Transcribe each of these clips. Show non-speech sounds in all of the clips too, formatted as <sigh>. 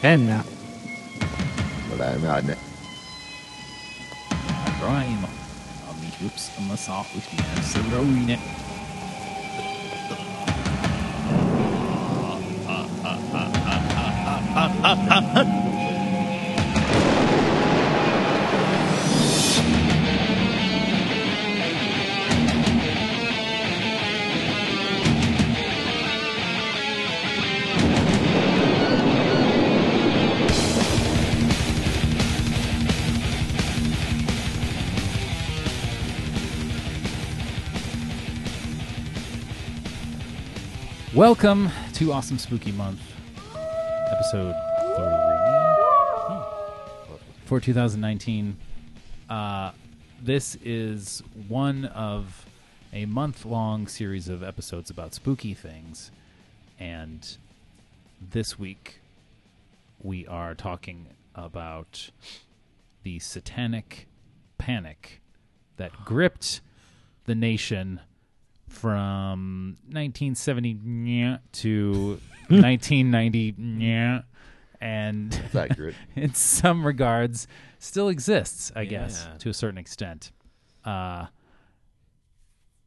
Penna. Valamelyhogy ne. Rajma, ami hüpszömös a hüpszömös a rújne. Welcome to Awesome Spooky Month, episode three for 2019. Uh, this is one of a month long series of episodes about spooky things. And this week we are talking about the satanic panic that gripped the nation from 1970 nyeh, to 1990 nyeh, <laughs> and It's accurate. in some regards still exists, I guess, Yeah. to a certain extent. Uh,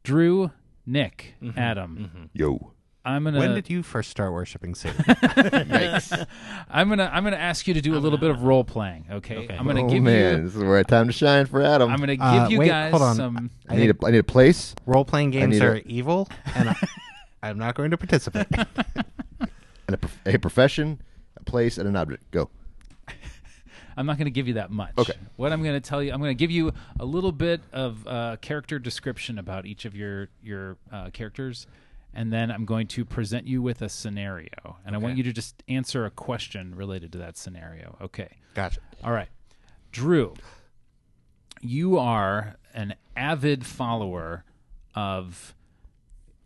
Drew, Nick, Adam, Mm-hmm. Yo. I'm gonna When did you first start worshiping Satan? <laughs> <laughs> Yikes. I'm gonna I'm gonna ask you to do a little bit of role playing. Okay, I'm gonna oh give man, you this is where time to shine for Adam. I'm gonna give Uh, you wait, guys hold on. some. I need a I need a place. Role playing games need are it. evil, <laughs> and I, I'm not going to participate. and a, prof- a profession, a place, and an object. Go. I'm not going to give you that much. Okay. What I'm going to tell you, I'm going to give you a little bit of uh, character description about each of your your uh, characters, and then I'm going to present you with a scenario, and I want you to just answer a question related to that scenario. Okay. Gotcha. All right, Drew, you are an avid follower of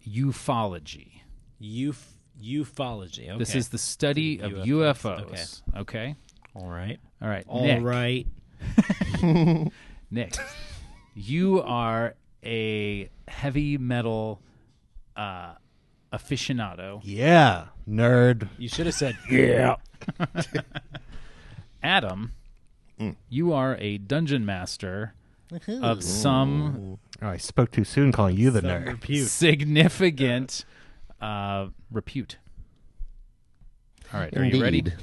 ufology. Uf- ufology. Okay. This is the study of UFOs. UFOs. Okay. all right. All right. All right. Nick. Nick, you are a heavy metal uh, aficionado. Yeah, nerd. You should have said <laughs> yeah. Adam, you are a dungeon master of some Oh, I spoke too soon, calling you the Some nerd. repute. significant uh, repute. All right, are you ready? Indeed.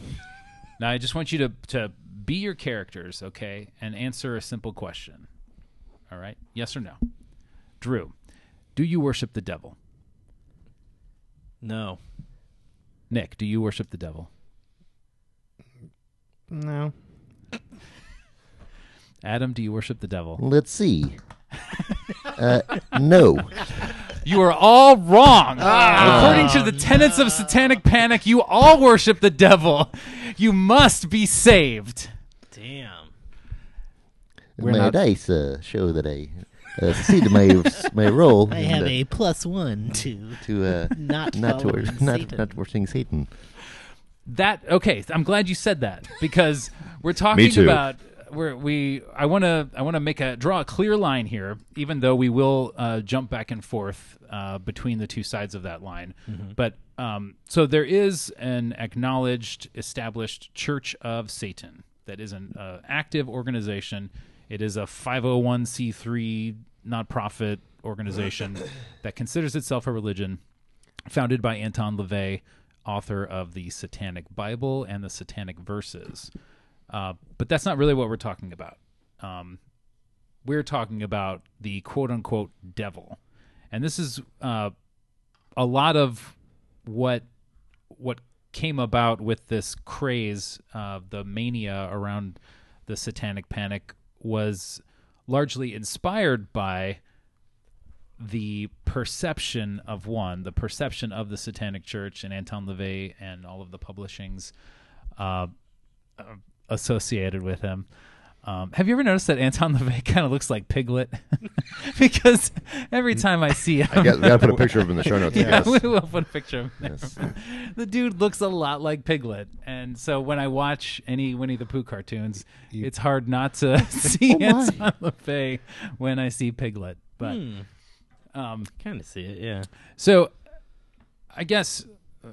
Now, I just want you to to be your characters, okay, and answer a simple question. All right, yes or no? Drew, do you worship the devil? No. Nick, do you worship the devil? No. Adam, do you worship the devil? Let's see. uh, no. <laughs> You are all wrong. According to the tenets of satanic panic, you all worship the devil. You must be saved. Damn. We're my not- dice uh, show that I uh, succeeded my my role. I in have the- a plus one to to uh, Not <laughs> not following towards not Satan. not worshipping Satan. That okay, I'm glad you said that because we're talking too. about we're, we I want to I want to make a draw a clear line here even though we will uh, jump back and forth uh, between the two sides of that line. But um, so there is an acknowledged established Church of Satan that is an uh, active organization. It is a 501c3 nonprofit organization that considers itself a religion founded by Anton LaVey, author of the Satanic Bible and the Satanic Verses. Uh, but that's not really what we're talking about. Um, we're talking about the quote unquote devil. And this is uh, a lot of what what came about with this craze uh, the mania around the satanic panic was largely inspired by the perception of one, the perception of the Satanic Church and Anton LaVey and all of the publishings uh, uh, associated with him. Um, have you ever noticed that Anton <laughs> LaVey kind of looks like Piglet? <laughs> because every time I see him, I got, gotta put a picture of him in the show notes. I yeah, <laughs> guess. we will put a picture of him. there. <laughs> The dude looks a lot like Piglet, and so when I watch any Winnie the Pooh cartoons, it's hard not <laughs> to see Anton LaVey when I see Piglet. But Kind of see it. Yeah. so, I guess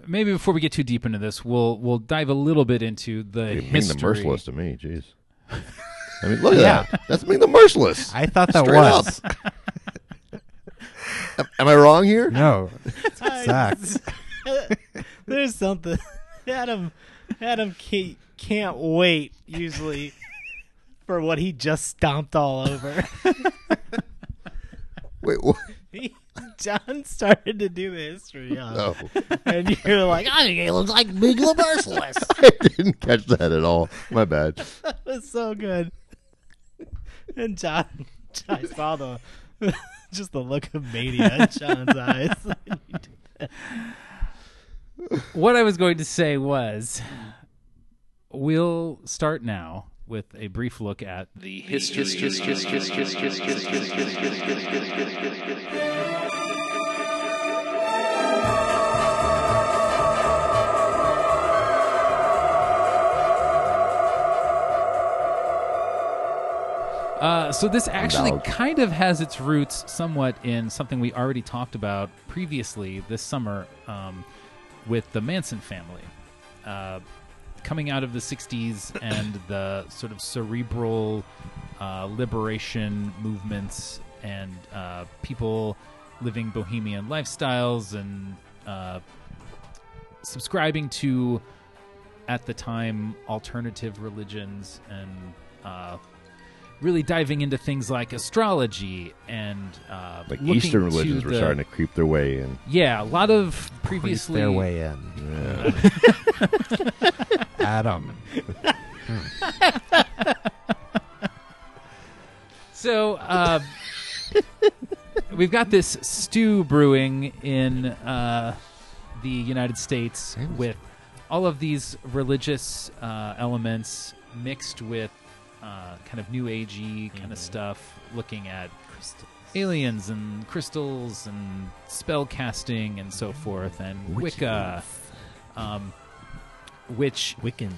maybe before we get too deep into this, we'll we'll dive a little bit into the It mean the history. merciless to me. Jeez. I mean, look at that. That's mean the merciless. I thought that Straight was. Am- Am I wrong <laughs> <laughs> here? No. Zach. <laughs> There's something. Adam Adam can't, can't wait <laughs> usually for what he just stomped all over. <laughs> Wait, what? He- John started to do the history of, No. and you're like, <laughs> I think it looks like Big La Merciless. <laughs> I didn't catch that at all. My bad. That was so good. And John, I <laughs> saw the just the look of mania in John's eyes. What I was going to say was, we'll start now with a brief look at the history. Uh, so this actually Dog. kind of has its roots somewhat in something we already talked about previously this summer um, with the Manson family. Uh, coming out of the 60s <coughs> and the sort of cerebral uh, liberation movements and uh, people living bohemian lifestyles and uh, subscribing to, at the time, alternative religions and uh, really diving into things like astrology and uh, Like looking Eastern to religions were the- starting to creep their way in. yeah, a lot of Priest previously their way in. <laughs> Yeah. Adam. So uh, we've got this stew brewing in uh, the United States with all of these religious uh, elements mixed with uh, kind of new agey kind of stuff, looking at aliens and crystals and spell casting and so forth, and Wicca, um, which <laughs> Wiccan.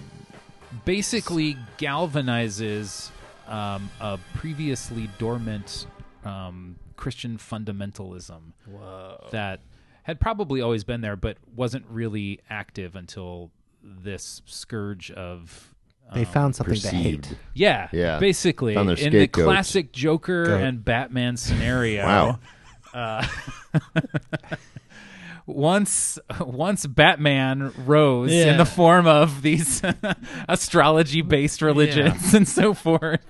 basically galvanizes um, a previously dormant um, Christian fundamentalism Whoa. that had probably always been there, but wasn't really active until this scourge of. They Um, found something to Perceived. hate. Yeah, Yeah. basically Found their in the scapegoats. classic Joker Goat. and Batman scenario. uh, Wow. <laughs> once once Batman rose Yeah. in the form of these <laughs> astrology based religions <laughs> and so forth,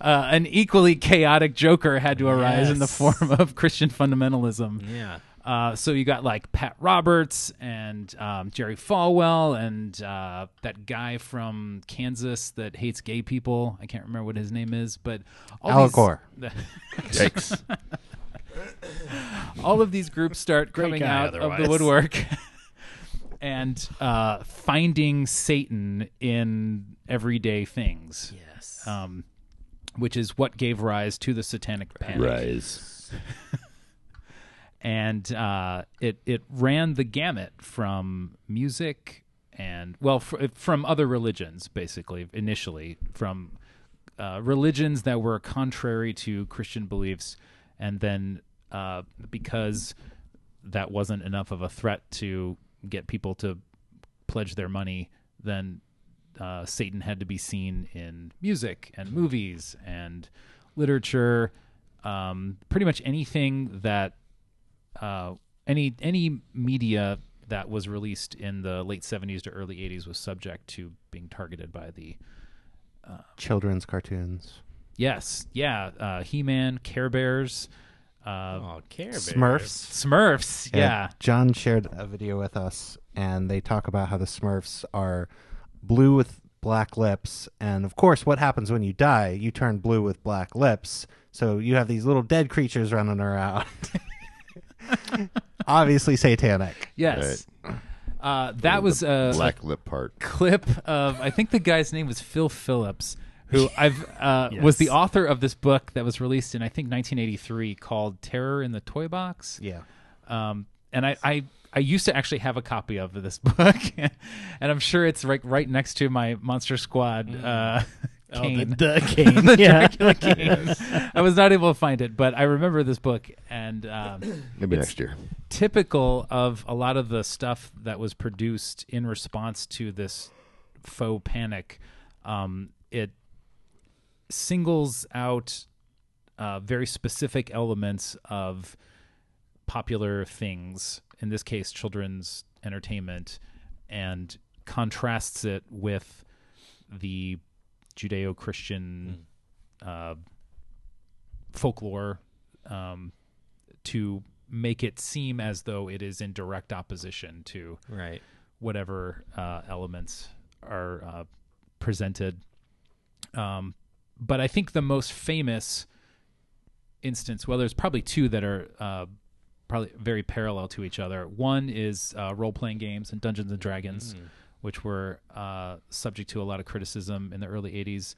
uh, an equally chaotic Joker had to arise in the Yes. form of Christian fundamentalism. Yeah. Uh, so you got like Pat Roberts and um, Jerry Falwell and uh, that guy from Kansas that hates gay people. I can't remember what his name is, but all Al these- Gore. Yikes. <laughs> all of these groups start coming guy out of otherwise. the woodwork <laughs> and uh, finding Satan in everyday things, Yes. um, which is what gave rise to the Satanic Panic. <laughs> Rise. And uh, it it ran the gamut from music and well fr- from other religions basically initially from uh, religions that were contrary to Christian beliefs, and then uh, because that wasn't enough of a threat to get people to pledge their money, then uh, Satan had to be seen in music and movies and literature, um, pretty much anything that uh, any any media that was released in the late 70s to early 80s was subject to being targeted by the Children's cartoons. Yes, yeah. Uh, he Man, Care Bears, uh, oh, Care Bears. Smurfs. Smurfs. Yeah. John shared a video with us, and they talk about how the Smurfs are blue with black lips. And of course, what happens when you die? You turn blue with black lips. So you have these little dead creatures running around. <laughs> Obviously, satanic. Yes. Uh, that was a, a Black lip part. clip of I think the guy's name was Phil Phillips, who I've uh, was the author of this book that was released in I think 1983 called Terror in the Toy Box. Yeah. um, and I, I I used to actually have a copy of <laughs> this book, and I'm sure it's right right next to my Monster Squad uh, <laughs> Kane. Mm. Oh, the, the <laughs> cane. yeah. <laughs> Dracula King. I was not able to find it, but I remember this book, and um, Maybe It's- next year. typical of a lot of the stuff that was produced in response to this faux panic, um, it singles out uh, very specific elements of popular things, in this case, children's entertainment, and contrasts it with the Judeo Christian uh, folklore um, to make it seem as though it is in direct opposition to Right. whatever uh, elements are uh, presented. Um, but I think the most famous instance, well, there's probably two that are uh, probably very parallel to each other. One is uh, role playing games and Dungeons and Dragons, which were uh, subject to a lot of criticism in the early 80s,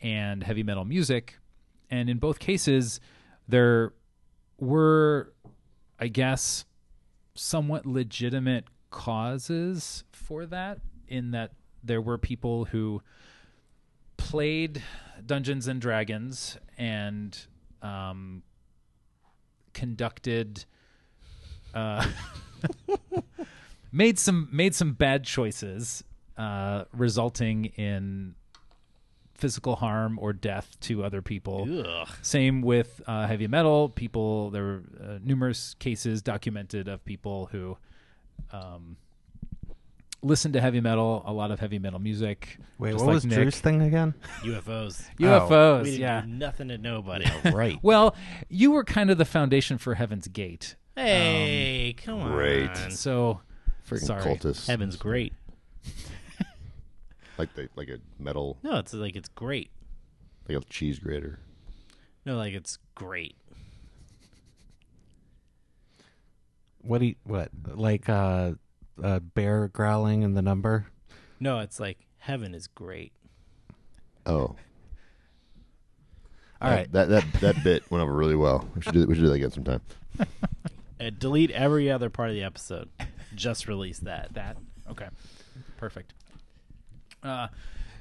and heavy metal music. And in both cases, there were, I guess, somewhat legitimate causes for that in that there were people who played Dungeons and Dragons and um, conducted uh, <laughs> made some made some bad choices uh, resulting in physical harm or death to other people same with uh, heavy metal people there were uh, numerous cases documented of people who um, listened to heavy metal a lot of heavy metal music Wait, just what like was Nick. Drew's Oh. thing again? UFOs. ufos We didn't yeah do nothing to nobody. right. well you were kind of the foundation for heaven's gate <laughs> hey, come great. on. so Freaking Sorry. cultists. Heaven's great. Like the like a metal No, it's like it's great. like a cheese grater. No, like it's great. What do you, what like uh, a bear growling in the number? No, it's like heaven is great. Oh. All that, right. That that that bit went over really well. We should do we should do that again sometime. Uh, delete every other part of the episode. Just release that. that okay perfect uh,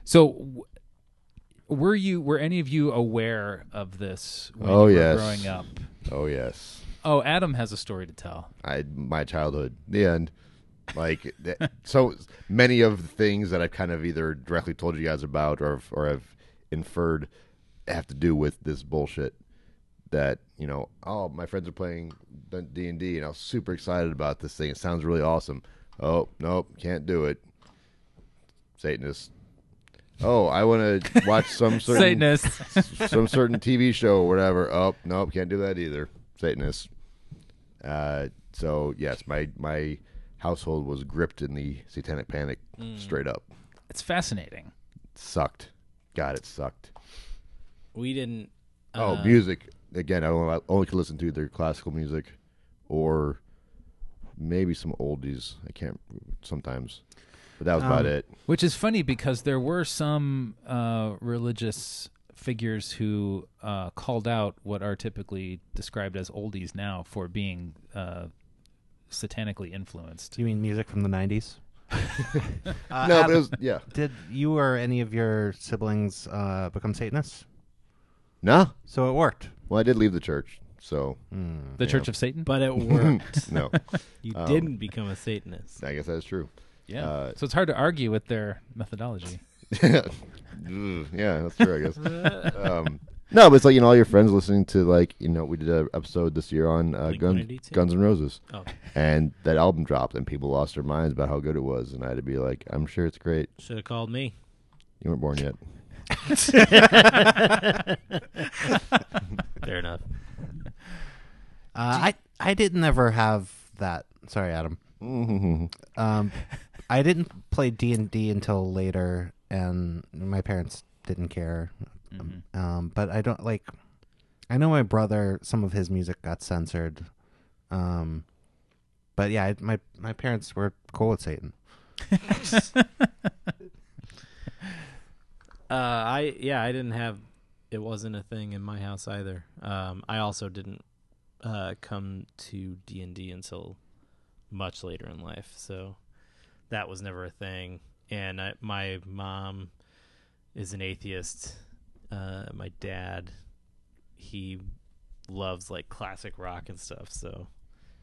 so w- were you were any of you aware of this when Oh, you were yes. growing up Oh yes. oh adam has a story to tell I my childhood, the end. Like <laughs> that, so many of the things that I've kind of either directly told you guys about or have- or have inferred have to do with this bullshit. That you know, oh, my friends are playing D and D, and I was super excited about this thing. It sounds really awesome. Oh nope, can't do it. Satanist. Oh, I want to watch some certain satanist some certain TV show or whatever. Oh, nope, can't do that either. Satanist. Uh, so yes, my my household was gripped in the satanic panic straight up. it's fascinating Sucked. God, it sucked. We didn't. Oh, music. Again, I only, I only could listen to either classical music or maybe some oldies. I can't sometimes. But that was about it. Which is funny because there were some uh, religious figures who uh, called out what are typically described as oldies now for being uh, satanically influenced. Do you mean music from the nineties? uh, no, but Adam, it was yeah. did you or any of your siblings uh, become Satanists? No. So it worked. Well, I did leave the church. So The Church of Satan? But it worked. no. you didn't become a Satanist. I guess that's true. yeah. uh, so it's hard to argue with their methodology. <laughs> Ugh, yeah, that's true. I guess. um, no, but it's like you know, all your friends listening to like you know, we did an episode this year on uh, Blink Guns 182? Guns N' Roses, Oh, and that album dropped, and people lost their minds about how good it was, and I had to be like, I'm sure it's great. should have called me. You weren't born yet. <laughs> Fair enough. Uh, I I didn't ever have that. Sorry, Adam. <laughs> um, I didn't play D and D until later, and my parents didn't care. Mm-hmm. Um, but I don't like. I know my brother. Some of his music got censored. Um, but yeah, I, my my parents were cool with Satan. Uh, I yeah, I didn't have. It wasn't a thing in my house either. Um, I also didn't uh, come to D and D until much later in life, so that was never a thing. And I, my mom is an atheist. Uh, my dad, he loves like classic rock and stuff. So,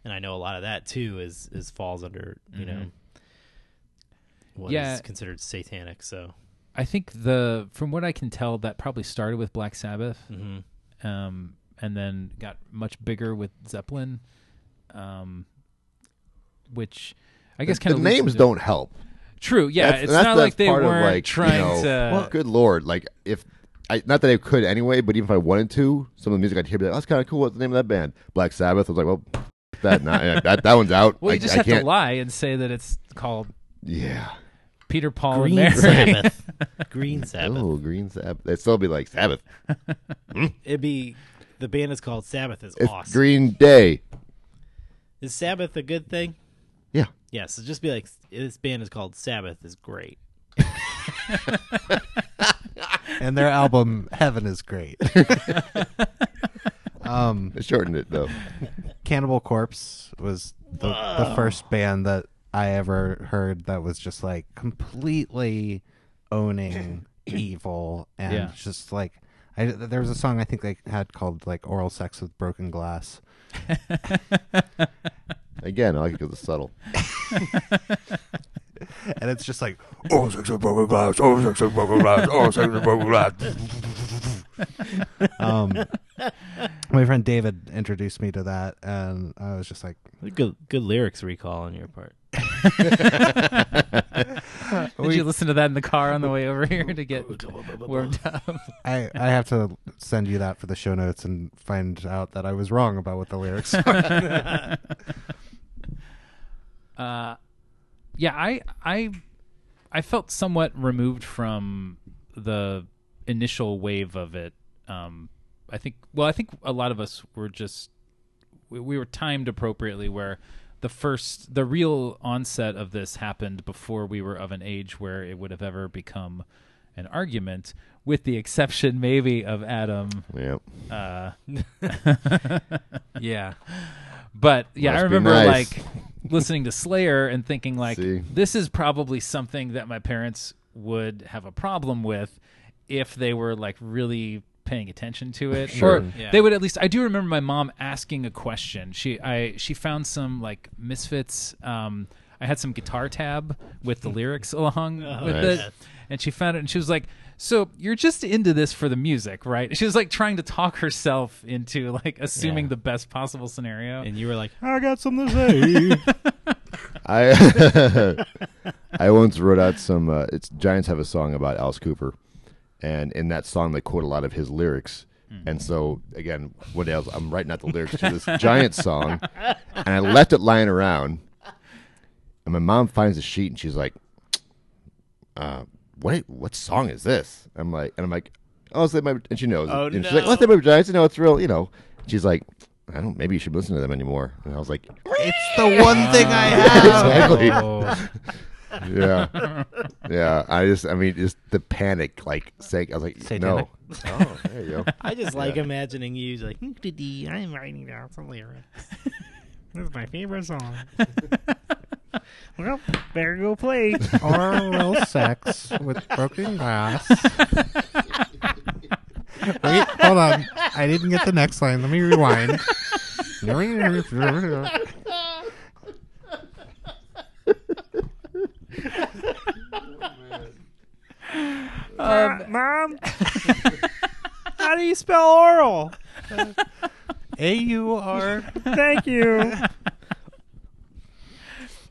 and I know a lot of that too is is falls under you know what is Yeah. considered satanic. So, I think the from what I can tell, that probably started with Black Sabbath, mhm. um, and then got much bigger with Zeppelin, um, which I guess the kind of names don't help. True, yeah, That's- it's that's- not that's like they part of, weren't like, you trying know, to. good lord, like if I not that I could anyway, but even if I wanted to, some of the music I'd hear, be like, that's kind of cool. What's the name of that band? Black Sabbath. I was like, well, that not, that that one's out. well, I, you just I have can't. to lie and say that it's called Yeah. Peter Paul and Green Mary. <laughs> Sabbath, <laughs> Green Sabbath. Oh, Green Sabbath. They'd still be like Sabbath. It'd be the band is called Sabbath. Is It's awesome. Green <laughs> Day. Is Sabbath a good thing? Yeah. Yeah. So just be like, this band is called Sabbath. Is great. and <laughs> their album Heaven is great. um, They shortened it though. Cannibal Corpse was the, the first band that I ever heard that was just like completely owning evil and Yeah. just like I, there was a song I think they had called like Oral Sex with Broken Glass. Again, I like it because it's subtle. And it's just like Oh, six of broken glass. Oh, six of broken glass. Oh, six of broken glass. um my friend David introduced me to that and I was just like Good, good lyrics recall on your part. <laughs> Did you listen to that in the car on the way over here to get warmed up? I, I have to send you that for the show notes and find out that I was wrong about what the lyrics are. uh, yeah, I I I felt somewhat removed from the initial wave of it. Um, I think well, I think a lot of us were just we, we were timed appropriately where the first the real onset of this happened before we were of an age where it would have ever become an argument with the exception maybe of Adam Yeah. uh <laughs> Yeah. But yeah, I Must be remember nice. like listening to Slayer and thinking like See? this is probably something that my parents would have a problem with if they were like really paying attention to it or Yeah. they would at least I do remember my mom asking a question. She I she found some like Misfits um I had some guitar tab <laughs> with the lyrics along with Oh, Nice. it and she found it and she was like so you're just into this for the music, right? She was like trying to talk herself into like assuming Yeah. the best possible scenario. <laughs> And you were like, <laughs> I got something to say. I <laughs> I once wrote out some. Uh, it's Giants have a song about Alice Cooper, and in that song they quote a lot of his lyrics. Hmm. And so again, what else? I'm writing out the lyrics to this Giants song, and I left it lying around. And my mom finds the sheet, and she's like, uh, "What? What song is this?" I'm like, and I'm like, "Oh, it's that my," and she knows. Oh, and She's like, no. "Oh, it's that my Giants." You know, it's real. You know. She's like, "I don't. Maybe you should listen to them anymore." And I was like, it's the one thing I have. "Exactly." Oh. yeah, yeah. I just, I mean, just the panic, like saying, I was like, Satanic. no. Oh, <laughs> there you go. <laughs> I just like Yeah. imagining you like, "Dee-dee, I'm writing down some lyrics. this is my <laughs> favorite song. well, better go play. <laughs> Oral sex with broken glass. Wait, hold on. I didn't get the next line. Let me rewind. Uh, Um, <laughs> Mom, how do you spell oral? A U R. Thank you.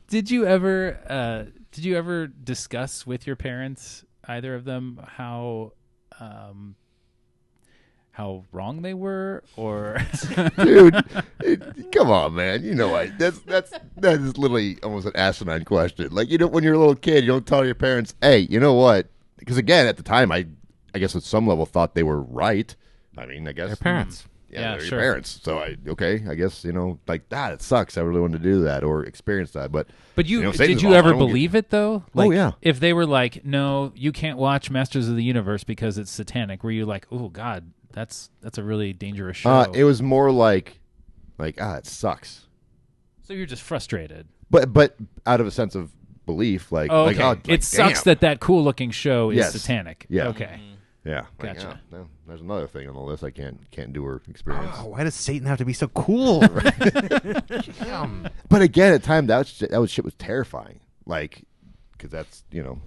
did you ever uh, did you ever discuss with your parents either of them how um, how wrong they were or <laughs> dude. it- come on, man. You know, I that's that's that is literally almost an asinine question. Like, you know, when you're a little kid, you don't tell your parents, "Hey, you know what?" Because again, at the time, I, I guess at some level thought they were right. I mean, I guess Mm-hmm. Their parents. Yeah, Yeah, they're sure. your parents. So I okay, I guess you know, like that. it sucks. I really wanted to do that or experience that, but but you, know, did Satan's you involved. I ever don't get- believe it though Oh, yeah. if they were like no you can't watch masters of the universe because it's satanic were you like oh god that's that's a really dangerous show Uh, it was more like, like ah, it sucks. so you're just frustrated but but out of a sense of disbelief. Like, Oh, like, okay. oh, it like, sucks damn. that that cool looking show is Yes. satanic. Yeah. Okay. Yeah, like, Gotcha. oh, no, there's another thing on the list I can't can't do or experience. Oh, <laughs> why does Satan have to be so cool? <laughs> Damn. But again, at the time that was, that was shit was terrifying. Like, because that's you know,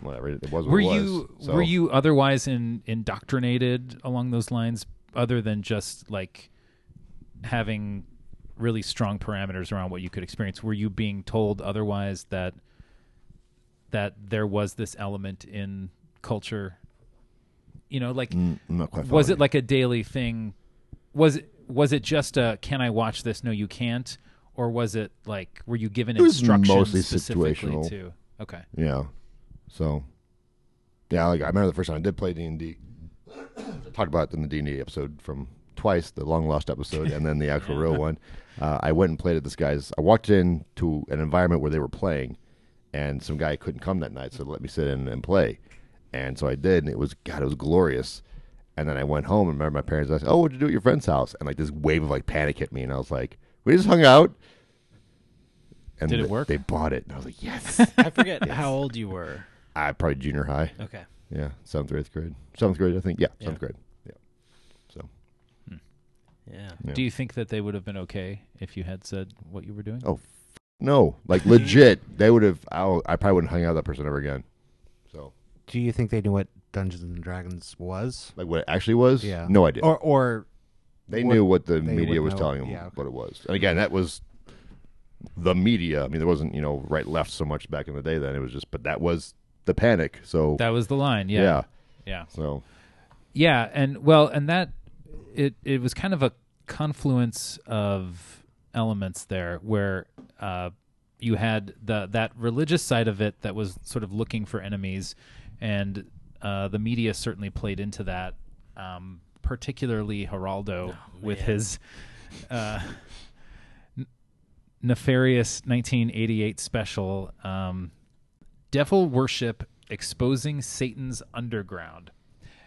whatever it was. What Were it was, you so. were you otherwise in, indoctrinated along those lines, other than just like having really strong parameters around what you could experience? Were you being told otherwise that that there was this element in culture? You know, like Mm, I'm not quite was following it like a daily thing was it was it just a can i watch this no you can't or was it like were you given It was instructions mostly specifically situational. to okay you. Yeah. So, yeah, like I remember the first time I did play D and D. Talked about it in the D and D episode from twice the long lost episode and then the actual <laughs> real one. Uh, I went and played at this guy's. I walked in to an environment where they were playing, and some guy couldn't come that night, so they let me sit in and play. And so I did, and it was God, it was glorious. And then I went home and remember my parents asked, "Oh, what'd you do at your friend's house?" And like this wave of like panic hit me, and I was like, "We just hung out." And Did it th- work? They bought it, and I was <laughs> like, <laughs> "Yes!" I forget how old you were. I probably junior high. Okay. Yeah, seventh or eighth grade. Seventh grade, I think. Yeah, seventh grade. Yeah. So, Yeah. Yeah. do you think that they would have been okay if you had said what you were doing oh, f- no, like <laughs> legit, they would have. I'll- I probably wouldn't hang out with that person ever again. So, Do you think they knew what Dungeons and Dragons was? like, what it actually was? Yeah. No idea. Or or they what knew what the they media would was know. telling them Yeah, okay. what it was, and again, that was the media. I mean, there wasn't you know right left so much back in the day. Then it was just, but that was the panic. So that was the line yeah yeah, yeah so Yeah, and well, and that it it was kind of a confluence of elements there where uh, you had the that religious side of it that was sort of looking for enemies, and uh, the media certainly played into that, um, particularly Geraldo with his. Uh, n- Nefarious 1988 special, um, Devil Worship Exposing Satan's Underground.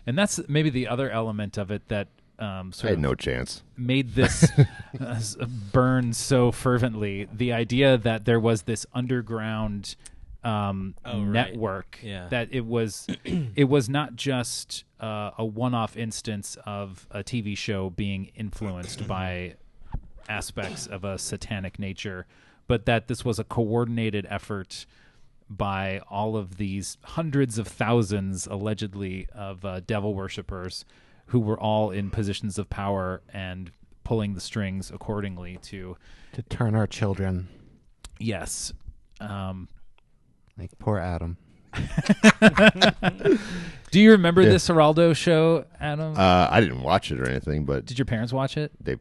And that's maybe the other element of it that um, I sort had of no chance. made this uh, s- burn so fervently. The idea that there was this underground um, Oh, right. network Yeah. that it was <clears throat> it was not just uh, a one-off instance of a TV show being influenced by aspects of a satanic nature, but that this was a coordinated effort by all of these hundreds of thousands, allegedly, of uh, devil worshippers who were all in positions of power and pulling the strings accordingly to, to turn our children yes. Um, like poor Adam. do you remember this Geraldo show, Adam? Uh, I didn't watch it or anything, but Did your parents watch it? they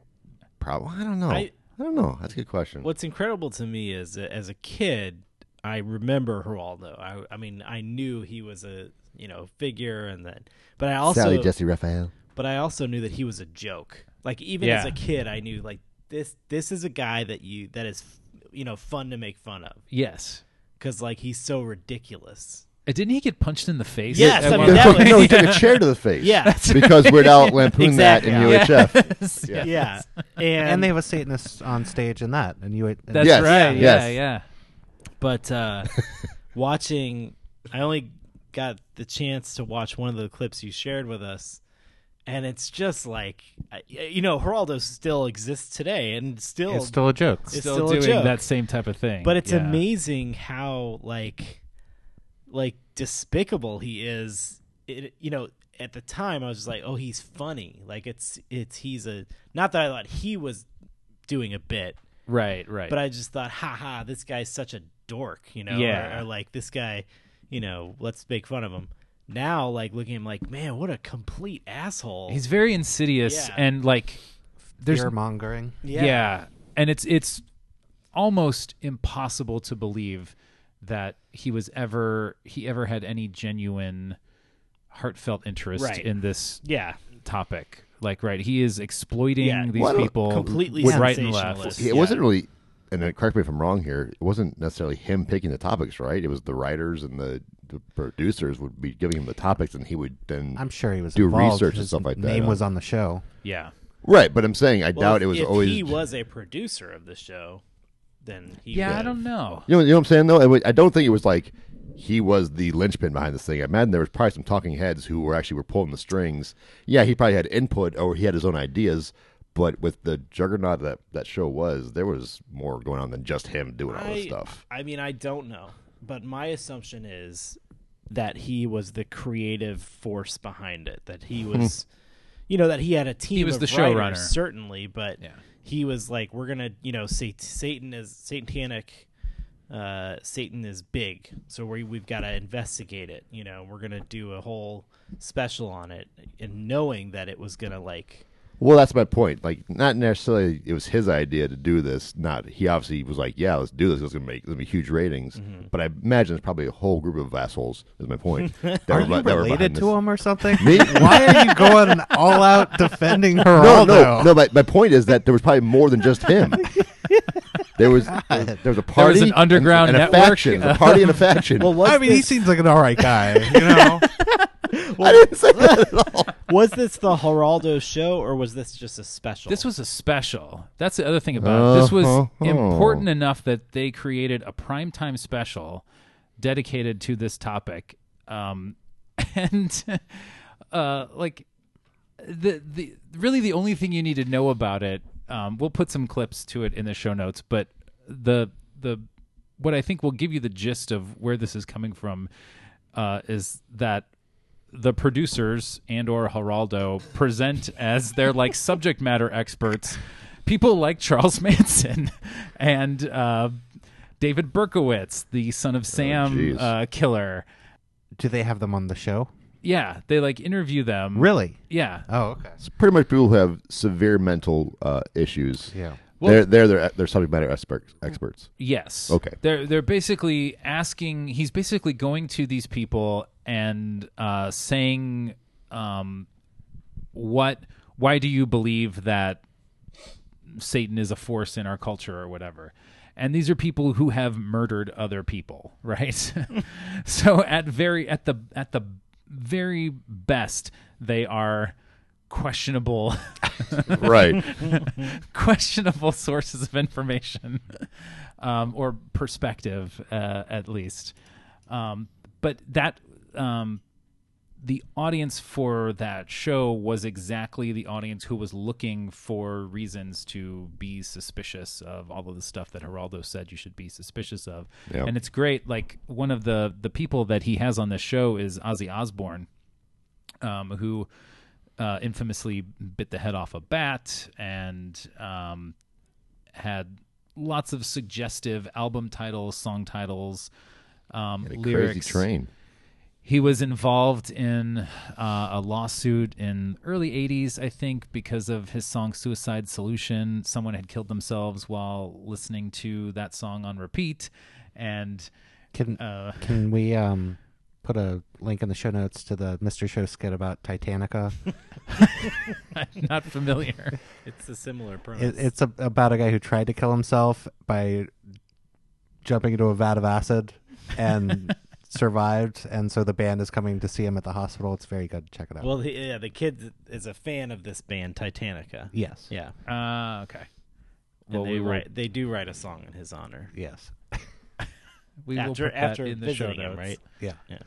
probably. I don't know. I- I, don't know. That's a good question. What's incredible to me is that as a kid, I remember Geraldo. I, I mean, I knew he was a you know figure, and that, but I also Raphael. but I also knew that he was a joke. Like even Yeah. as a kid, I knew like this this is a guy that you that is you know fun to make fun of Yes. because like he's so ridiculous. Uh, Didn't he get punched in the face? Yes, at I mean, one- that no, was- he took a chair to <laughs> the face. Yeah. That's because Weird Al <laughs> lampooned Exactly. that in Yeah. <laughs> UHF. Yeah, Yeah. and, And, they have a Satanist on stage in that. And you and <laughs> That's <laughs> Yes, right. Yeah, yes. yeah. but uh, watching, I only got the chance to watch one of the clips you shared with us, and it's just like I- you know Geraldo still exists today and still it's still a joke. It's Still, still a doing joke. that same type of thing. But it's Yeah. amazing how like like despicable he is. It, you know, at the time I was just like, "Oh, he's funny." Like it's it's he's a not that I thought he was doing a bit, Right, right. but I just thought, "Ha ha, this guy's such a dork," you know, Yeah. or, or like this guy, you know, let's make fun of him. Now, like looking at him, like, man, what a complete asshole. He's very insidious Yeah. and like there's fear mongering. yeah. and it's it's almost impossible to believe that he was ever he ever had any genuine heartfelt interest Right. in this yeah, topic. Like right, he is exploiting Yeah. these Well, I don't- people completely with right and left. sensationalist. It Yeah. wasn't really. And then correct me if I'm wrong here. It wasn't necessarily him picking the topics, right? It was the writers and the, the producers would be giving him the topics, and he would then. I'm sure he was Do involved. research and His stuff like that, Name huh? was on the show. Yeah. right, but I'm saying I Well, doubt if- it was if always. he was a producer of the show. then he yeah, I would've. don't know. You know, you know what I'm saying though. I w- I don't think it was like he was the linchpin behind this thing. I imagine there was probably some talking heads who were actually were pulling the strings. Yeah, he probably had input or he had his own ideas. But with the juggernaut that that show was, there was more going on than just him doing all this I- stuff. I mean, I don't know, but my assumption is that he was the creative force behind it. That he Hmm. was, you know, that he had a team. was of the showrunner. writers, certainly, but Yeah. he was like, we're gonna, you know, say Satan is satanic. Uh, Satan is big, so we we've got to investigate it. You know, we're gonna do a whole special on it, and knowing that it was gonna like Well, that's my point. Like, not necessarily it was his idea to do this. Not he obviously was like, yeah, let's do this. It's gonna make it's gonna be huge ratings. Mm-hmm. But I imagine it's probably a whole group of assholes. Is <laughs> my point. That Are were you bu- that were related behind to this. him or something? Me? <laughs> Why are you going all out defending No, Geraldo? Oh, no, no. My, my point is that there was probably more than just <laughs> him. There was uh, there, was a party. an and- underground and, network. a faction. A party and a faction. Well, was I mean, he this, seems like an all right guy, you know. <laughs> I didn't say that at all. was this the Geraldo show or was this just a special? This was a special. That's the other thing about it. This was Uh-huh. important enough that they created a primetime special dedicated to this topic. Um, <laughs> and uh, like the the really the only thing you need to know about it, um, we'll put some clips to it in the show notes, but the the what I think will give you the gist of where this is coming from uh, is that the producers and or Geraldo present as their like subject matter experts people like Charles <laughs> Manson and uh, David Berkowitz, the son of Sam jeez. uh, killer. <laughs> Do they have them on the show? Yeah, they like interview them. Really? Yeah. Oh, okay. It's pretty much people who have severe mental uh, issues. Yeah. they're they're they're, they're subject matter experts. Experts. Yes. Okay. They're they're basically asking. He's basically going to these people and uh, saying, um, "What? Why do you believe that Satan is a force in our culture or whatever?" And these are people who have murdered other people, <laughs> right? so at very at the at the very best, they are questionable <laughs> right. questionable sources of information um, or perspective, uh, at least. Um, but that um, the audience for that show was exactly the audience who was looking for reasons to be suspicious of all of the stuff that Geraldo said you should be suspicious of. Yeah. And it's great. Like one of the the people that he has on this show is Ozzy Osbourne um, who uh, infamously bit the head off a bat and um, had lots of suggestive album titles, song titles, um, A lyrics. <laughs> crazy train. He was involved in uh, a lawsuit in early '80s, I think, because of his song "Suicide Solution." Someone had killed themselves while listening to that song on repeat, and Can uh, <laughs> can we um put a link in the show notes to the Mr. Show skit about Titanica? I'm not <laughs> familiar. It's a similar premise. it, it's a, about a guy who tried to kill himself by jumping into a vat of acid <laughs> and survived and so the band is coming to see him at the hospital. It's very good. Check it out. well, the, yeah, the kid is a fan of this band Titanica. yes. Yeah, Uh, okay. and Well, they we will- write they do write a song in his honor. Yes. We after will put after that in the show visiting notes. him, right? Yeah.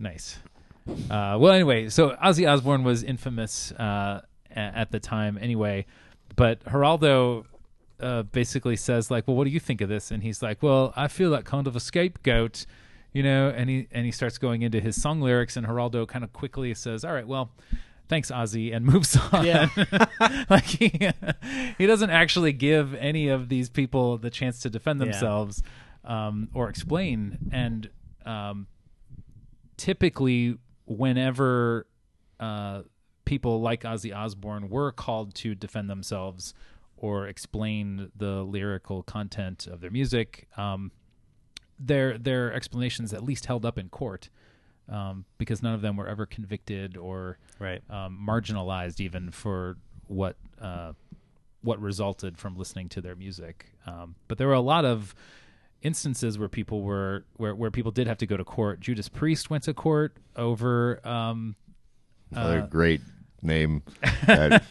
Nice. Uh, well, anyway, so Ozzy Osbourne was infamous uh, a- at the time, anyway. But Geraldo uh, basically says, like, "Well, what do you think of this?" And he's like, "Well, I feel like kind of a scapegoat, you know." And he and he starts going into his song lyrics, and Geraldo kind of quickly says, "All right, well." Thanks, Ozzy, and <laughs> moves on. Yeah. like he, he doesn't actually give any of these people the chance to defend Yeah. themselves um, or explain. And um, typically whenever uh, people like Ozzy Osbourne were called to defend themselves or explain the lyrical content of their music, um, their their explanations at least held up in court um, because none of them were ever convicted or Right. um, marginalized even for what uh, what resulted from listening to their music. Um, but there were a lot of instances where people were where, where people did have to go to court. Judas Priest went to court over um, Another great name. That-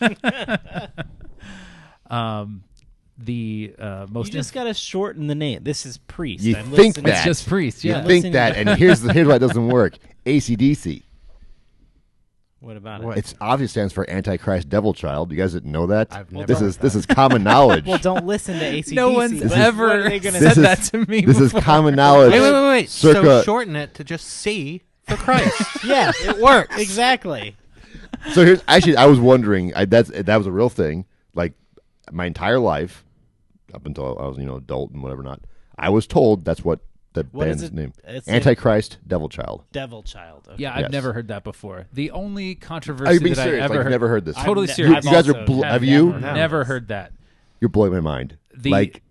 the uh, most. You just got to shorten the name. This is Priest. You I'm think listening. it's that. just priest. You Yeah. think Listening- that, and here's the, here's why it doesn't work. ACDC. What about What? it? It's obvious stands for Antichrist Devil Child. You guys didn't know that. I've Well, this never is heard this is common knowledge. Well, don't listen to ACDC. no one's What ever are they gonna This said is- <laughs> that to <laughs> me. this is before. common knowledge. Wait, wait, wait, wait. So Circa- shorten it to just C <laughs> for Christ. yeah, it <laughs> works exactly. So here's actually I was wondering I, that's that was a real thing. Like my entire life, up until I was you know adult and whatever not, I was told that's what the What is band's it? name It's a- Antichrist Devil Child. Devil Child. Okay. Yeah, I've Yes. never heard that before. The only controversy Are you being that serious? I ever like heard, never heard this. I've Totally ne- serious. I've You guys are also blo- had have that you? one. never heard that. You're blowing my mind. The like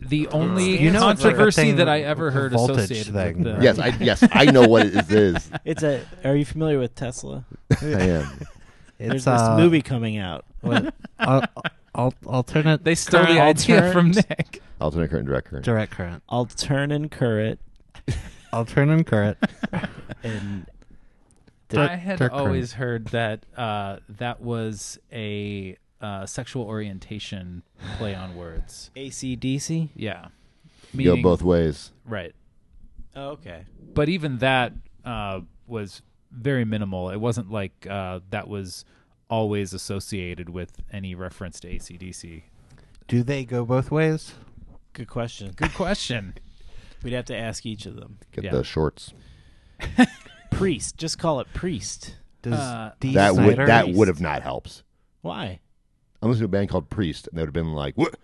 the only You know it's like a controversy thing that I with ever the heard voltage associated thing, with the, right? yes, I yes I know what it is. It's a. Are you familiar with Tesla? I am. There's It's this uh, movie coming out. What, al- al- alternate. They stole the current- idea alternate- from Nick. Alternate current, direct current. direct current. I'll turn and current Alternate <laughs> current. and Dirk- I had Dirk Kern. always heard that uh, that was a uh, sexual orientation play on words. ACDC. Yeah, You Meaning- go both ways. right. Oh, okay. But even that uh, was very minimal. It wasn't like uh, that was always associated with any reference to ACDC. Do they go both ways? Good question. Good question. We'd have to ask each of them. Get Yeah. the shorts. Priest. Just call it Priest. Does Uh, D. that would Snyder- that would have not helped. Why? I'm listening to a band called Priest, and they would have been like, "What?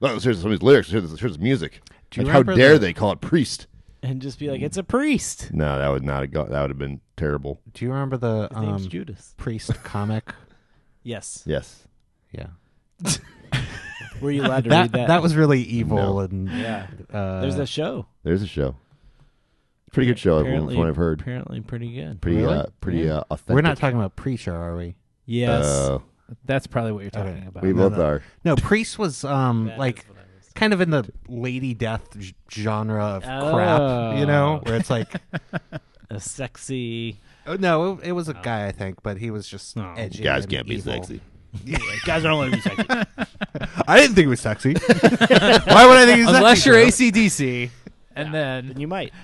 Well, here's some of these lyrics. Here's, here's the music. Do you Like, how remember dare the- they call it Priest? And just be like, it's a priest. No, that would not have gone, that would have been terrible. Do you remember the His name's um, Judas. priest <laughs> comic? Yes. Yes, Yeah. Were you allowed to That, read that? that was really evil No. and yeah. uh, There's a show. there's a show. Pretty good show, from Apparently- what I've heard. Apparently, pretty good. Pretty, Really? uh, pretty uh, authentic. We're not talking about preacher, are we? Yes. Uh, <laughs> That's probably what you're Okay. talking about. we No, both no. are. No, priest was um That is like what I was- kind of in the lady death g- genre of crap, you know, Oh. where it's <laughs> like a <laughs> sexy. oh, no, it, it was a guy I think, but he was just No. edgy. Guys and can't be evil. <laughs> sexy. guys don't want to be sexy. I didn't think he was <laughs> sexy. Why would I think he was Unless sexy? you're bro? ACDC, and then you might.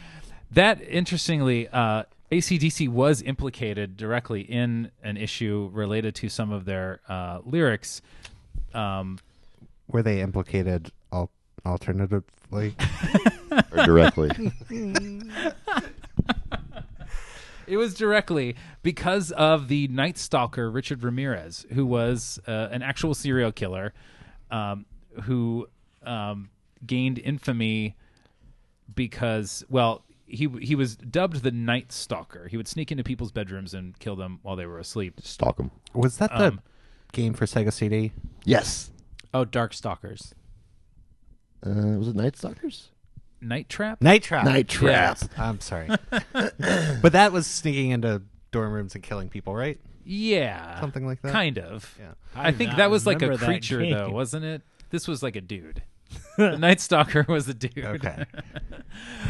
That interestingly, uh, ACDC was implicated directly in an issue related to some of their uh, lyrics. Um, Were they implicated al- alternatively? Or directly. it was directly because of the Night Stalker Richard Ramirez, who was uh, an actual serial killer um, who um, gained infamy because, well, he he was dubbed the Night Stalker. He would sneak into people's bedrooms and kill them while they were asleep. <laughs> Stalk them. Was that the game for Sega CD? Yes. Oh, Dark Stalkers. Uh, was it Night Stalkers? Night Trap. Night Trap. Night Trap. I'm sorry, <laughs> but that was sneaking into dorm rooms and killing people, right? Yeah. Something like that? Kind of. Yeah. I, I think not that was like a remember that creature game. though, wasn't it? This was like a dude. <laughs> the Night Stalker <laughs> was a dude. Okay.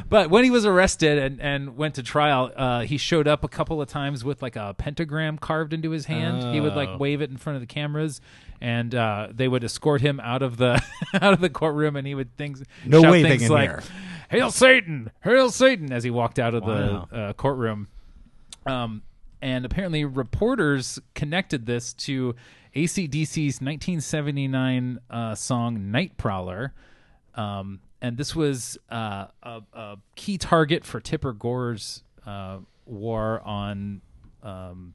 But when he was arrested and, and went to trial, uh, he showed up a couple of times with like a pentagram carved into his hand. He would like Oh. wave it in front of the cameras, and uh, they would escort him out of the <laughs> out of the courtroom, and he would things No shout waving things in like here. "Hail Satan! Hail Satan!" as he walked out of Wow. the uh, courtroom. Um, and apparently, reporters connected this to ACDC's 1979 uh, song Night Prowler. Um, and this was uh, a, a key target for Tipper Gore's uh, war on um,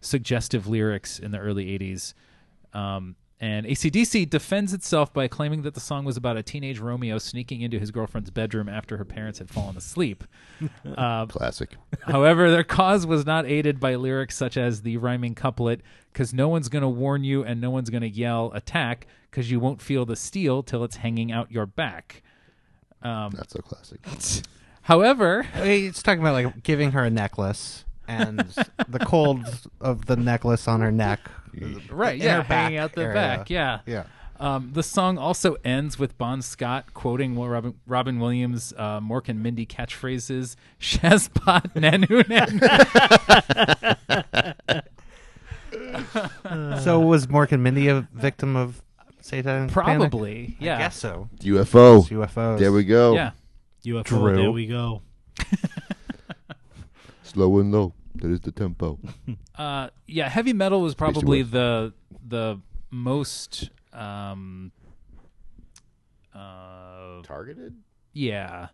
suggestive lyrics in the early 80s. Um, and ACDC defends itself by claiming that the song was about a teenage Romeo sneaking into his girlfriend's bedroom after her parents had fallen asleep. Uh, Classic. However, their cause was not aided by lyrics such as the rhyming couplet, because no one's going to warn you and no one's going to yell attack, because you won't feel the steel till it's hanging out your back. Um, Not so classic. However, It's talking about like giving her a necklace and the cold of the necklace on her neck. right, In yeah, her back hanging out the area. back, yeah. Yeah. Um, the song also ends with Bon Scott quoting Will Robin, Robin Williams' uh, Mork and Mindy catchphrases, <laughs> Shazbot, Nanu, <laughs> Nanu. so was Mork and Mindy a victim of Say that in Panic? Probably, yeah. I guess so. UFO. It's UFOs. There we go. Yeah. UFO, Drew. there we go. Slow and low. That is the tempo. Uh, yeah, heavy metal was probably West. the the most um uh Targeted? yeah.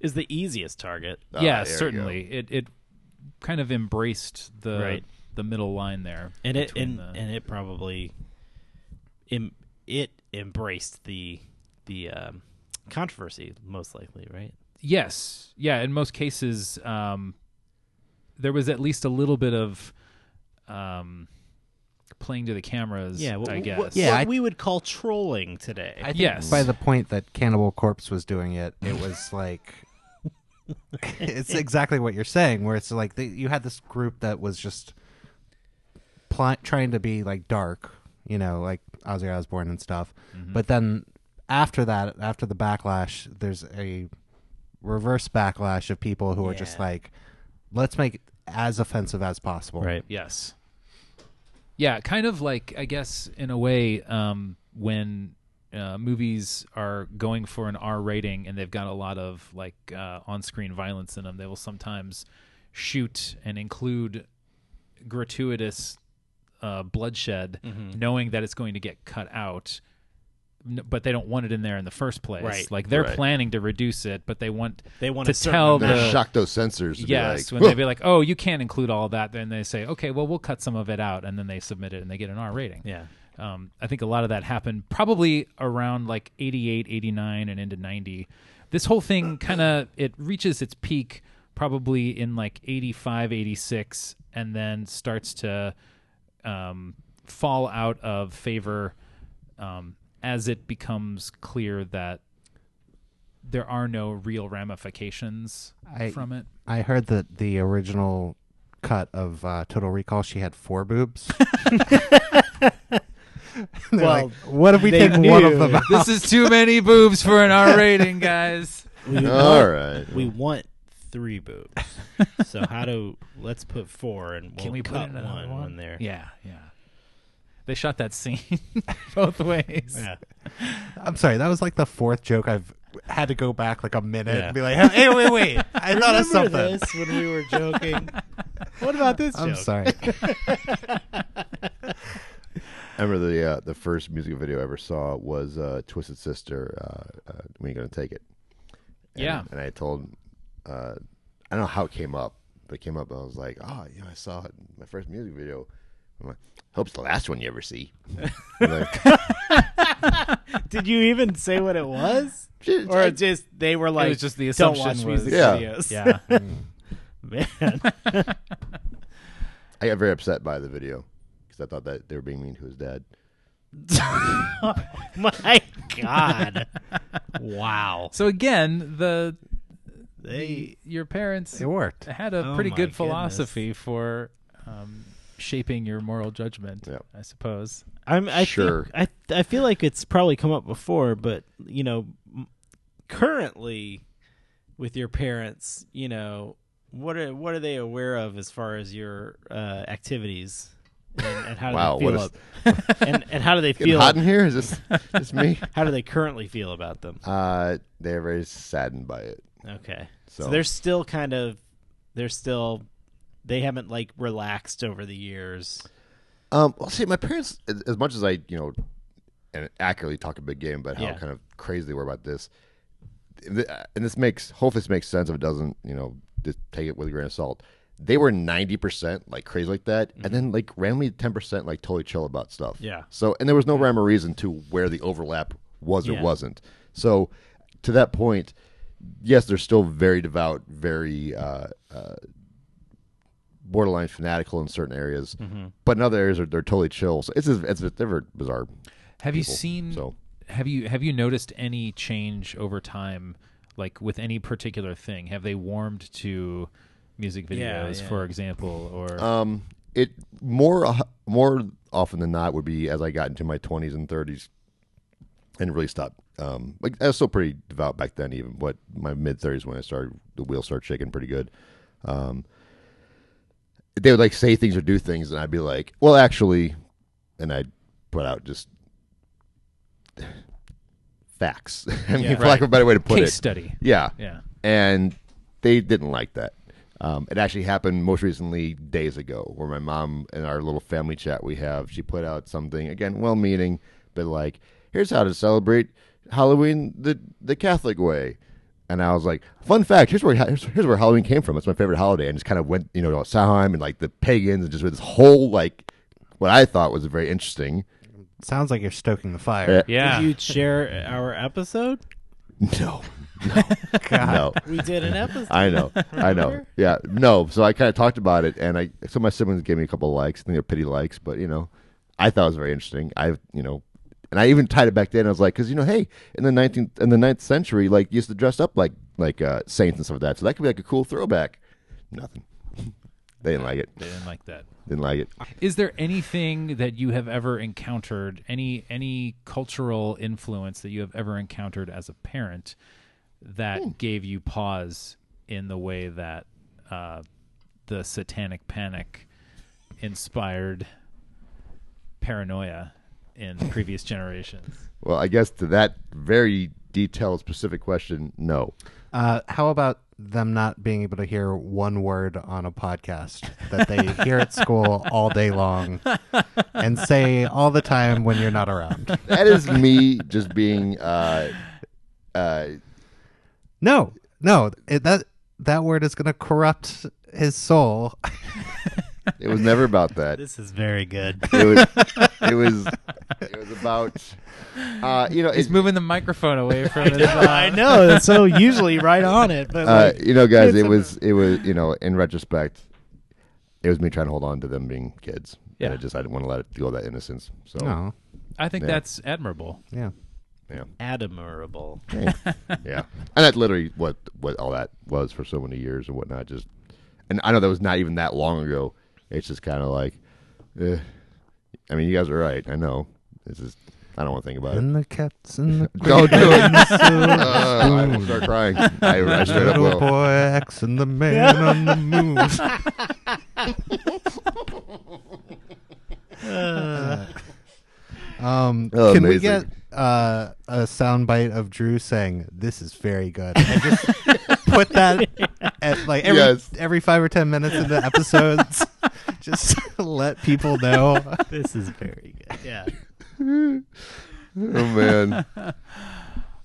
Is the easiest target. Ah, yeah, there you certainly. It it kind of embraced the Right. the middle line there. and it between and, the- and it probably em, it embraced the the um, controversy most likely right Yes. Yeah. In most cases, um, there was at least a little bit of um, playing to the cameras. yeah I guess. yeah Yeah, I- we would call trolling today I think Yes. by the point that Cannibal Corpse was doing it, it was <laughs> like it's exactly what you're saying, where it's like they, you had this group that was just pl- trying to be like dark, you know, like Ozzy Osbourne and stuff. But then after that, after the backlash, there's a reverse backlash of people who are just Yeah. like, let's make it as offensive as possible. right Yes. Yeah, kind of like I guess in a way um, when uh, movies are going for an R rating and they've got a lot of like uh, on-screen violence in them, they will sometimes shoot and include gratuitous uh, bloodshed, Mm-hmm. knowing that it's going to get cut out. n- But they don't want it in there in the first place. Right, like they're right. planning to reduce it, but they want They want a to certain tell amount. They're the shocked those sensors. To Yes, be like, when they "Whoa." be like, "Oh, you can't include all that," then they say, "Okay, well, we'll cut some of it out," and then they submit it and they get an R rating. yeah Um, I think a lot of that happened probably around like 88, 89, and into 90. This whole <clears throat> thing kind of it reaches its peak probably in like 85, 86, and then starts to um, fall out of favor um, as it becomes clear that there are no real ramifications I- from it. I heard that the original cut of uh, Total Recall, she had four boobs. <laughs> They're Well, like, what if we they take one of knew. them out? this is too many boobs for an R rating, guys. <laughs> we all want, right. we want <laughs> three boobs so how do let's put four and we'll Can we cut put another one, one? when they're Yeah, yeah. They shot that scene <laughs> both ways. yeah I'm sorry, that was like the fourth joke I've had to go back like a minute Yeah. and be like, <laughs> hey, <laughs> wait, wait, I thought of Remember something. this when we were <laughs> joking what about this I'm joke? sorry. I remember the uh, the first music video I ever saw was uh, Twisted Sister. Uh, uh, when you gonna take it? And- Yeah. And I told, uh, I don't know how it came up, but it came up. and I was like, oh, you know, I saw it in my first music video. I'm like, hope's the last one you ever see. I'm like, <laughs> Did you even say what it was? Or just they were like, was just the don't assumption watch was- music Yeah. videos. Yeah. <laughs> man. <laughs> I got very upset by the video because I thought that they were being mean to his dad. My <laughs> God. wow. So again, the They your parents It worked. <laughs> had a Oh pretty my good goodness. philosophy for um, shaping your moral judgment. Yep. I suppose. I'm I Sure. Think, I I feel like it's probably come up before, but you know, m- currently with your parents, you know, what are what are they aware of as far as your uh, activities, and, and how do Wow, they feel? what ab- and and how do they <laughs> Getting feel? hot in here? Is this just me? How do they currently feel about them? Uh, they're very saddened by it. Okay, so, So, they're still kind of they're still they haven't like relaxed over the years. Um, well, see, my parents, as- as much as I, you know, and accurately talk a big game, but how Yeah. kind of crazy they were about this, th- uh, and this makes hopefully this makes sense. If it doesn't, you know, just take it with a grain of salt. They were ninety percent like crazy like that, and then like randomly ten percent like totally chill about stuff. Mm-hmm. Yeah. So, and there was no rhyme or reason to where the overlap was Yeah. or wasn't. So, to that point, yes, they're still very devout, very uh, uh, borderline fanatical in certain areas, Mm-hmm. but in other areas they're, they're totally chill. So it's it's they're bizarre. Have you people, seen? so. Have you have you noticed any change over time, like with any particular thing? Have they warmed to music videos, Yeah, yeah. for example, or Um, it more uh, more often than not would be as I got into my twenties and thirties, and really stopped. Um, like I was still pretty devout back then, even but my mid thirties when I started, the wheels started shaking pretty good. Um, they would like say things or do things, and I'd be like, "Well, actually," and I'd put out just <sighs> facts. <laughs> I mean, Yeah. for lack of a better way to put Case it. study. Yeah. Yeah. And they didn't like that. Um, it actually happened most recently days ago where my mom in our little family chat we have, she put out something, again, well meaning, but like, here's how to celebrate Halloween the, the Catholic way. And I was like, fun fact, here's where here's, here's where Halloween came from. It's my favorite holiday. And just kind of went, you know, to Samhain and like the pagans and just with this whole like what I thought was very interesting. <laughs> Sounds like you're stoking the fire. Yeah. Did you share our episode? No. No. no. We did an episode. <laughs> I know, I know. Yeah, no. So I kind of talked about it, and I so my siblings gave me a couple of likes. I think they're pity likes, but you know, I thought it was very interesting. I, you know, and I even tied it back then. I was like, because you know, hey, in the nineteenth in the 9th century, like you used to dress up like like uh, saints and stuff like that. So that could be like a cool throwback. Nothing. <laughs> they didn't like it. They didn't like that. Didn't like it. Is there anything that you have ever encountered, any any cultural influence that you have ever encountered as a parent that gave you pause in the way that uh, the satanic panic inspired paranoia in <laughs> previous generations? Well, I guess to that very detailed, specific question, no. Uh, how about them not being able to hear one word on a podcast that they hear at school all day <laughs> long and say all the time when you're not around? That is me just being. uh uh, No, no, it, that that word is going to corrupt his soul. Oh. it was never about that. This is very good. it was it was it was about uh you know He's it, moving the microphone <laughs> away from his. <laughs> I know. It's so usually right on it, but uh, like, you know guys it was it was you know in retrospect it was me trying to hold on to them being kids and Yeah. i just i didn't want to let it go that innocence so No, I think Yeah. that's admirable. yeah. yeah <laughs> admirable. yeah and that's literally what what all that was for so many years and whatnot just and i know that was not even that long ago it's just kind of like eh. i mean you guys are right i know this is i don't want to think about it And the cats <laughs> and the Don't do it. Uh, I will start crying. I, I straight up little will. boy X and the man on the moon. <laughs> um, Oh, can we amazing. get uh, a soundbite of Drew saying this is very good? And just put that at like every Yes. every five or ten minutes in the episodes. <laughs> just let people know. This is very good. <laughs> Yeah. Oh <laughs> man.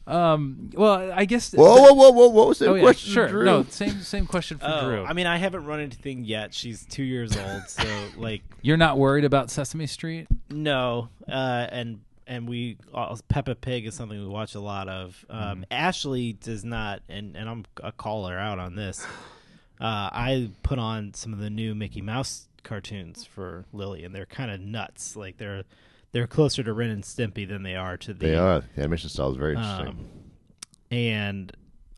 Um, well, I guess. Whoa, whoa, whoa, whoa! What was the Oh yeah, question, sure. Drew? No, same same question for Drew. Oh, I mean, I haven't run into anything yet. She's two years old, <laughs> so like, You're not worried about Sesame Street? no. Uh, and and we all, Peppa Pig is something we watch a lot of. Um, Ashley does not, and and I'm a caller out on this. Uh, I put on some of the new Mickey Mouse cartoons for Lily, and they're kind of nuts. Like they're they're closer to Ren and Stimpy than they are to the. They are. The animation style is very interesting. Um, and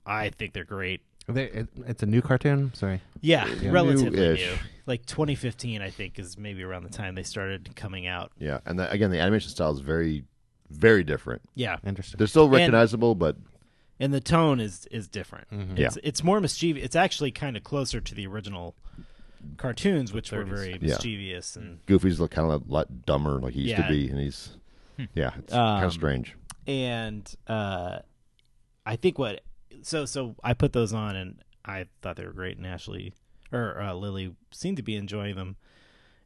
I think they're great. They- it- it's a new cartoon. Sorry. Yeah, relatively New-ish. new. Like 2015, I think, is maybe around the time they started coming out. yeah, and the, again, the animation style is very, very different. Yeah, Interesting. They're still recognizable, but and the tone is is different. Mm-hmm. It's, it's more mischievous. It's actually kind of closer to the original cartoons, which were very Yeah. mischievous and Goofy's look kind of a lot dumber, like he used Yeah. to be, and he's, Hmm. yeah, it's kind Um, of strange. and uh, I think what so so I put those on and I thought they were great, and Ashley or uh, Lily seemed to be enjoying them,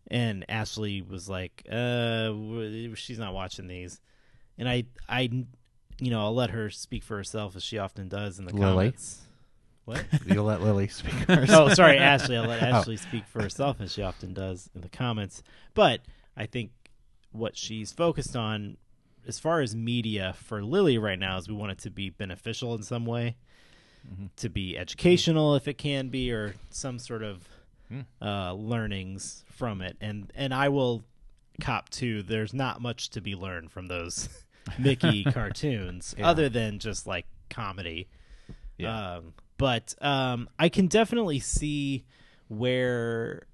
and Ashley was like, "Uh, w- she's not watching these," and I I you know I'll let her speak for herself as she often does in the Lily? comments. What? You'll let Lily speak <laughs> first. <laughs> oh, sorry, Ashley. I'll let Ashley speak for herself as she often does in the comments. But I think what she's focused on, as far as media for Lily right now, is we want it to be beneficial in some way, to be educational if it can be, or some sort of uh, learnings from it. And and I will cop to there's not much to be learned from those <laughs> Mickey cartoons other than just like comedy. Um, but um, I can definitely see where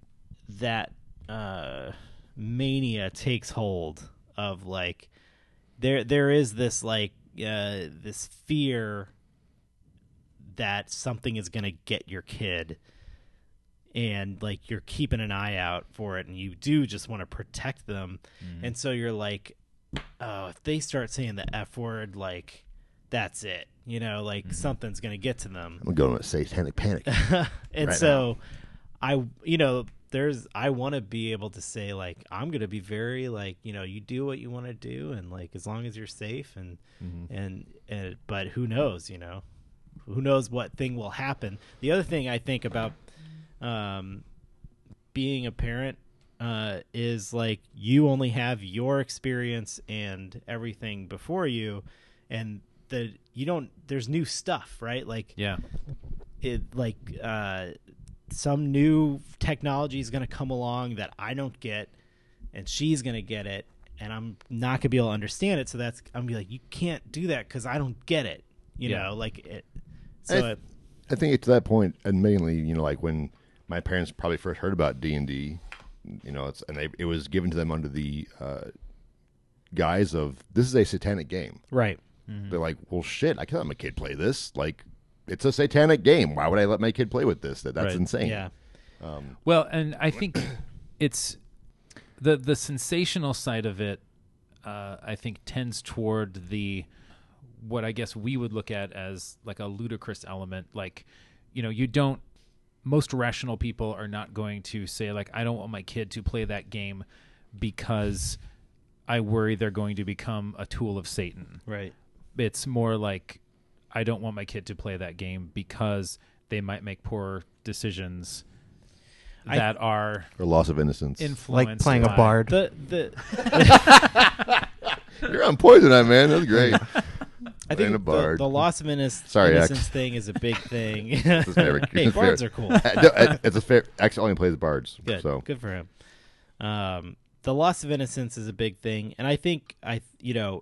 that uh, mania takes hold of like there there is this like uh, this fear that something is gonna get your kid and like you're keeping an eye out for it and you do just want to protect them and so you're like oh, if they start saying the F word, like that's it. You know, like something's gonna get to them. I'm going to say satanic <laughs> panic. <laughs> and Right so i you know there's i want to be able to say like i'm going to be very like you know you do what you want to do and like as long as you're safe and and and but who knows you know who knows what thing will happen the other thing i think about um being a parent uh, is like you only have your experience and everything before you, and the you don't. There's new stuff, right? Like Yeah. it like uh, some new technology is going to come along that I don't get, and she's going to get it, and I'm not going to be able to understand it. So that's I'm gonna be like, you can't do that because I don't get it. You Yeah. know, like it. So I- it, I think to that point, admittingly, you know, like when my parents probably first heard about D and D, you know, it's and they, it was given to them under the uh, guise of this is a satanic game. right. They're like, well, shit, I can't let my kid play this. Like, it's a satanic game. Why would I let my kid play with this? That that's Right. insane. Yeah. Well, and I think <coughs> it's the the sensational side of it. Uh, I think tends toward the what I guess we would look at as like a ludicrous element. Like, you know, you don't. Most rational people are not going to say like, I don't want my kid to play that game because I worry they're going to become a tool of Satan Right. it's more like I don't want my kid to play that game because they might make poor decisions I- that are Or loss of innocence. influenced like playing a by- bard. The <laughs> the You're on poison, I man. That's <laughs> great. I Playing think a bard. The, the loss of innocence, Sorry, Ax. innocence thing is a big thing. is my <laughs> rec- <laughs> hey, bards are cool. No, it- it's a fair. Actually, only plays bards. good. So good for him. Um, the loss of innocence is a big thing, and I think I, you know,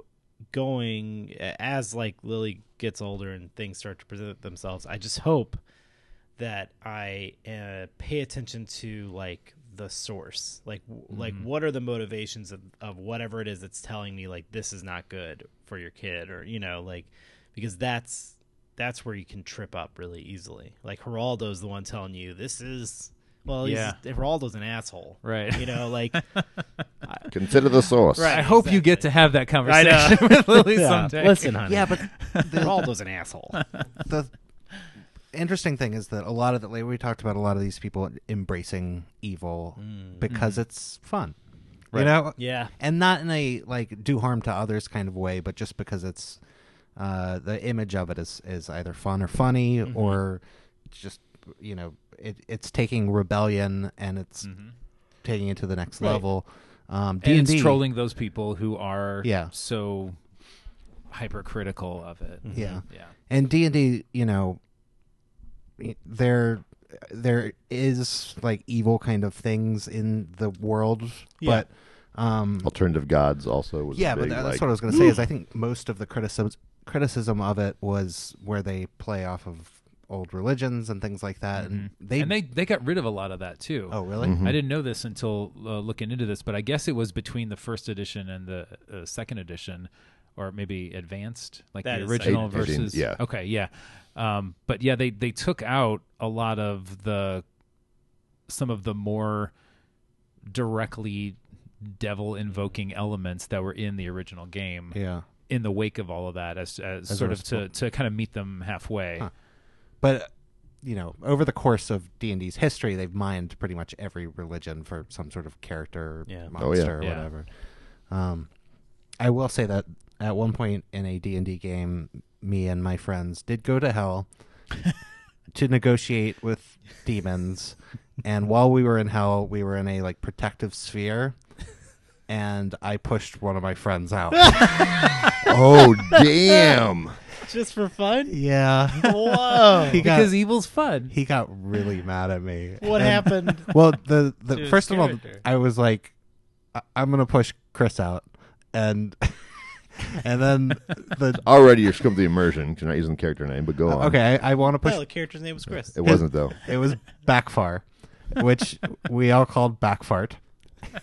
going as like Lily gets older and things start to present themselves, I just hope that I uh, pay attention to like the source, like w like what are the motivations of, of whatever it is that's telling me like this is not good for your kid, or you know, like because that's that's where you can trip up really easily. Like Geraldo's the one telling you this is well, yeah, Yeah. Geraldo's an asshole, Right. You know, like consider the source. Right. I hope you get to have that I know. conversation <laughs> with Lily someday. listen, honey, <laughs> yeah, but <laughs> Geraldo's an asshole. the interesting thing is that a lot of the like we talked about a lot of these people embracing evil Mm. because it's fun Mm-hmm. you know Yeah. and not in a like do harm to others kind of way but just because it's uh the image of it is is either fun or funny or just you know it, it's taking rebellion and it's taking it to the next level um and D&D, it's trolling those people who are Yeah. so hypercritical of it. yeah Yeah. and D and D, you know, there there is like evil kind of things in the world, Yeah. but um, Alternative gods also was a yeah, but big, that, that's like- what I was gonna say is I think most of the criticism criticism of it was where they play off of old religions and things like that, and they Mm-hmm. and they they got rid of a lot of that too. oh really Mm-hmm. I didn't know this until uh, looking into this, but I guess it was between the first edition and the uh, second edition, or maybe advanced, like That the is original second edition, versus. yeah. Okay. Yeah. Um, but yeah, they they took out a lot of the some of the more directly devil invoking elements that were in the original game yeah. in the wake of all of that as, as, As a sort of to, to kind of meet them halfway but you know over the course of d&d's history they've mined pretty much every religion for some sort of character Yeah. monster Oh, yeah. or Yeah. whatever um, i will say that at one point in a d&d game me and my friends did go to hell to negotiate with demons and while we were in hell we were in a like protective sphere and i pushed one of my friends out <laughs> Oh damn! Just for fun. yeah Whoa. he got, because evil's fun he got really mad at me What And- happened? well, the, the his first of all, character. I was like, I- I'm gonna push Chris out, and <laughs> and then the Already you're skipping the immersion. 'cause You're not using the character name, but go on. Oh, okay, I, I want to push. No, Oh, the character's name was Chris. It wasn't though. It was backfar, which we all called backfart. <laughs>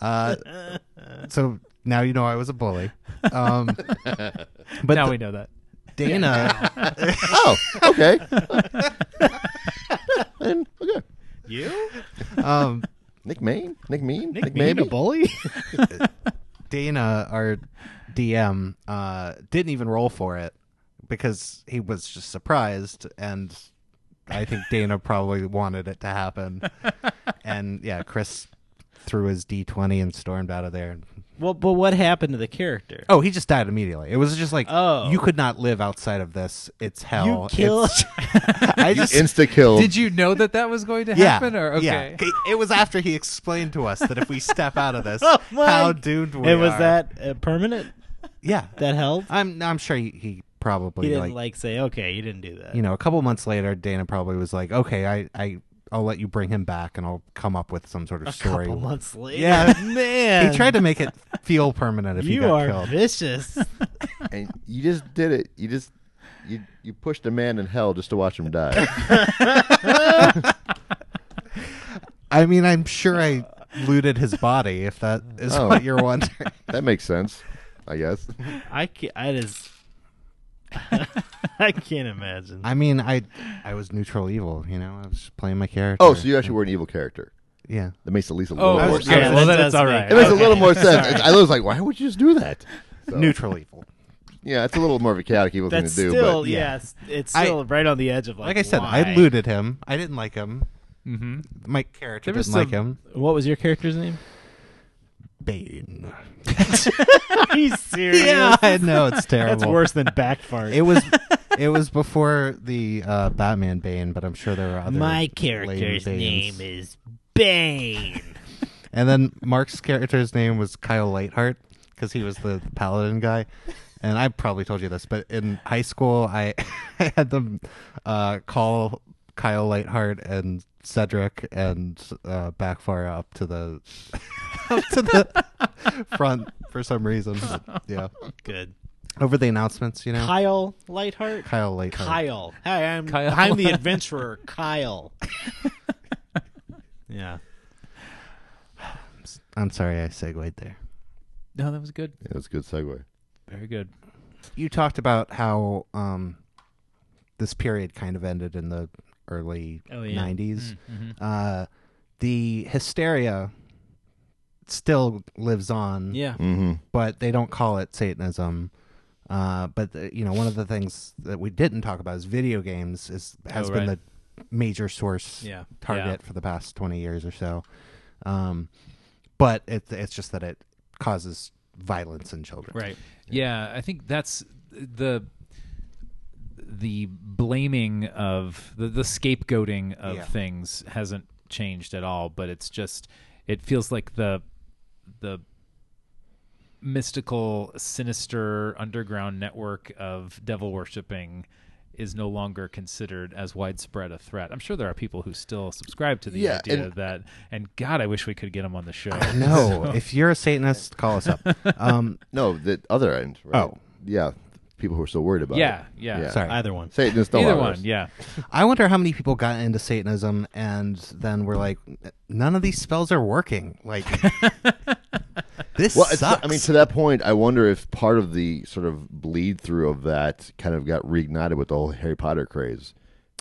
Uh, so now you know I was a bully. Um, but now the- we know that Dana, oh, okay. and, okay. You? um, Nick Main, Nick Mean, Nick, Nick Maybe. a bully? <laughs> Dana, our DM, uh, didn't even roll for it because he was just surprised, and I <laughs> think Dana probably wanted it to happen. and yeah, Chris threw his D twenty and stormed out of there. Well, but what happened to the character? Oh, he just died immediately. It was just like, Oh. you could not live outside of this. It's hell. you killed. <laughs> It's- <laughs> I just <laughs> Insta kill. Did you know that that was going to happen? Or okay, yeah. It was after he explained to us that if we step out of this, <laughs> Oh, my- how doomed we and was are. that uh, permanent? yeah. That held. I'm I'm sure he, he He probably didn't like, like, say, okay, you didn't do that. <laughs> you know a couple months later, Dana probably was like, okay, I I I'll let you bring him back and I'll come up with some sort of a story. couple months later. <laughs> Yeah. man. He tried to make it feel permanent if he You got are killed. <laughs> vicious. and you just did it. You just you you pushed a man in hell just to watch him die. I mean, I'm sure I looted his body if that is Oh. what you're wondering. <laughs> that makes sense, I guess. I can't. I just. <laughs> I can't imagine. I mean, I I was neutral evil, you know. I was just playing my character. Oh, so you actually were an evil character. yeah. That makes at least a Oh, little more okay. sense. Yeah, well, that then it's does all make- right. It makes a Okay. <laughs> little more sense. It's- I was like, why would you just do that? <laughs> So, Neutral evil. Yeah, it's a little more of a chaotic evil That's thing to do. still but yes. It's I- still right on the edge of like. Like I said, why? I <laughs> looted him. I didn't like him. Mm-hmm. My character There was didn't like some- him. What was your character's name? Bane. Are you serious? <laughs> Yeah, <laughs> I know it's terrible. <laughs> That's worse than backfart. It <laughs> was it was before the uh, Batman Bane, but I'm sure there were other. My lame character's Banes. name is Bane. And then Mark's character's name was Kyle Lightheart because he was the paladin guy. And I probably told you this, but in high school, I, <laughs> I had them uh, call Kyle Lightheart and Cedric and uh, Backfire up to the <laughs> up to the front for some <laughs> reason. But, yeah, Good. over the announcements, you know, Kyle Lightheart. Kyle Lightheart. Kyle. Hi, I'm Kyle. I'm <laughs> the adventurer, Kyle. <laughs> yeah. I'm sorry, I segued there. No, that was good. Yeah, that's a good segue. Very good. you talked about how um, this period kind of ended in the early Oh, yeah. 90s. mhm. Uh, the hysteria still lives on, Yeah. Mm-hmm. but they don't call it Satanism. Uh, but the, you know, one of the things that we didn't talk about is video games is has Oh, been right. the major source Yeah. target for the past 20 years or so. Um, but it, it's just that it causes violence in children. Right. Yeah, I think that's the the blaming of the, the scapegoating of Yeah. things hasn't changed at all, but it's just it feels like the the mystical, sinister underground network of devil worshipping is no longer considered as widespread a threat. I'm sure there are people who still subscribe to the Yeah, idea and- that, and God, I wish we could get them on the show. No, if you're a Satanist, call us up. Um, No, the other end. Right? Oh. yeah, people who are still worried about yeah, it. yeah, Yeah. sorry. Either one. Satanists don't Either want one, us. yeah. I wonder how many people got into Satanism and then were like, none of these spells are working. Like, this Well, it's, sucks. I mean, to that point, I wonder if part of the sort of bleed through of that kind of got reignited with the whole Harry Potter craze.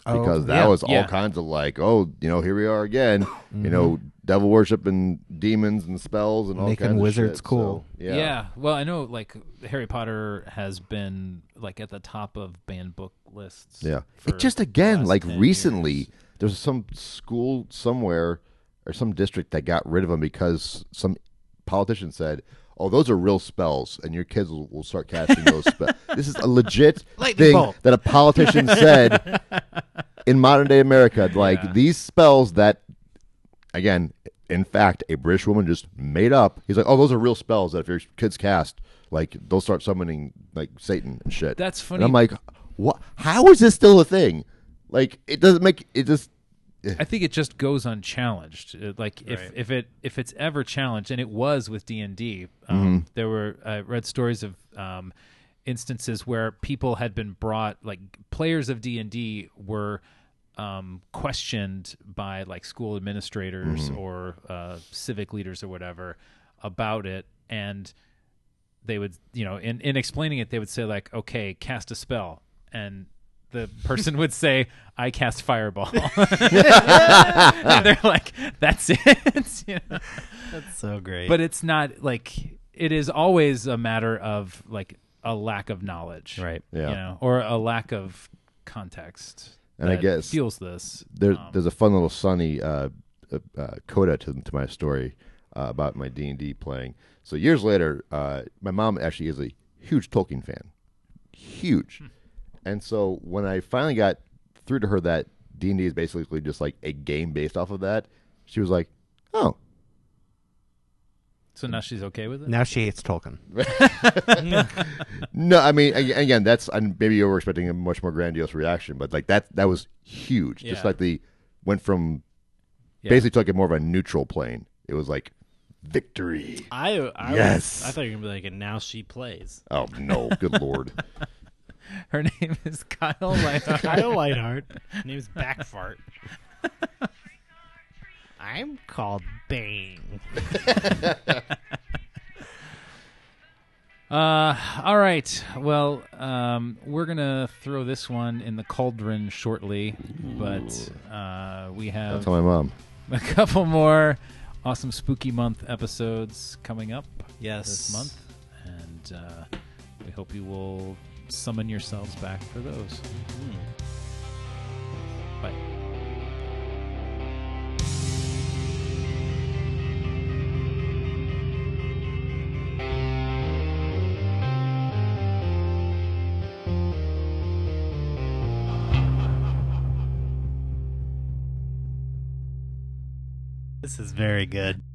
Oh, Because that yeah, was all yeah. Mm-hmm. kinds of like, oh, you know, here we are again, you know, devil worship and demons and spells and all Making kinds wizards of shit. cool. So, Yeah. yeah. Well, I know like Harry Potter has been like at the top of banned book lists. Yeah. for It just the again, last like 10 recently, years. there's some school somewhere or some district that got rid of them because some politician said, "Oh, those are real spells, and your kids will, will start casting <laughs> those spells." This is a legit Lightning thing bolt. that a politician said <laughs> in modern day America. Like these spells that, again, in fact, a British woman just made up. He's like, "Oh, those are real spells that if your kids cast." Like they'll start summoning like Satan and shit. That's And funny. I'm like, what? How is this still a thing? Like, it doesn't make it just. I think it just goes unchallenged. Uh, Like if, Right. if it if it's ever challenged, and it was with D and D, um, there were I read stories of um, instances where people had been brought, like players of D and D were um, questioned by like school administrators or uh, civic leaders or whatever about it, and they would you know in, in explaining it they would say like okay cast a spell and the person <laughs> would say i cast fireball <laughs> and they're like that's it <laughs> you know? That's so great. but it's not like it, it is always a matter of like a lack of knowledge, Right. Yeah. You know, or a lack of context. And I that guess fuels this. Um, There, there's a fun little sunny uh, uh, uh, coda to, to my story uh, about my D and D playing. So years later, uh, my mom actually is a huge Tolkien fan, huge. And so when I finally got through to her that D and D is basically just like a game based off of that, she was like, "Oh, So now she's okay with it. Now she hates Tolkien. No, I mean, ag- again, that's and maybe you were expecting a much more grandiose reaction, but like that, that was huge. Just Yeah. like the went from Yeah. basically took it more of a neutral plane. It was like victory. I, I Yes. Was, I thought you were gonna be like, and now she plays. Oh no, good <laughs> lord! <laughs> Her name is Kyle <laughs> Lighthart. Kyle Lightheart. Her name's <laughs> Backfart. I'm called Bane. Uh, all right. Well, um, we're gonna throw this one in the cauldron shortly, but uh, we I'll have tell my mom. a couple more awesome spooky month episodes coming up Yes. this month, and uh, we hope you will summon yourselves back for those. Bye. This is very good.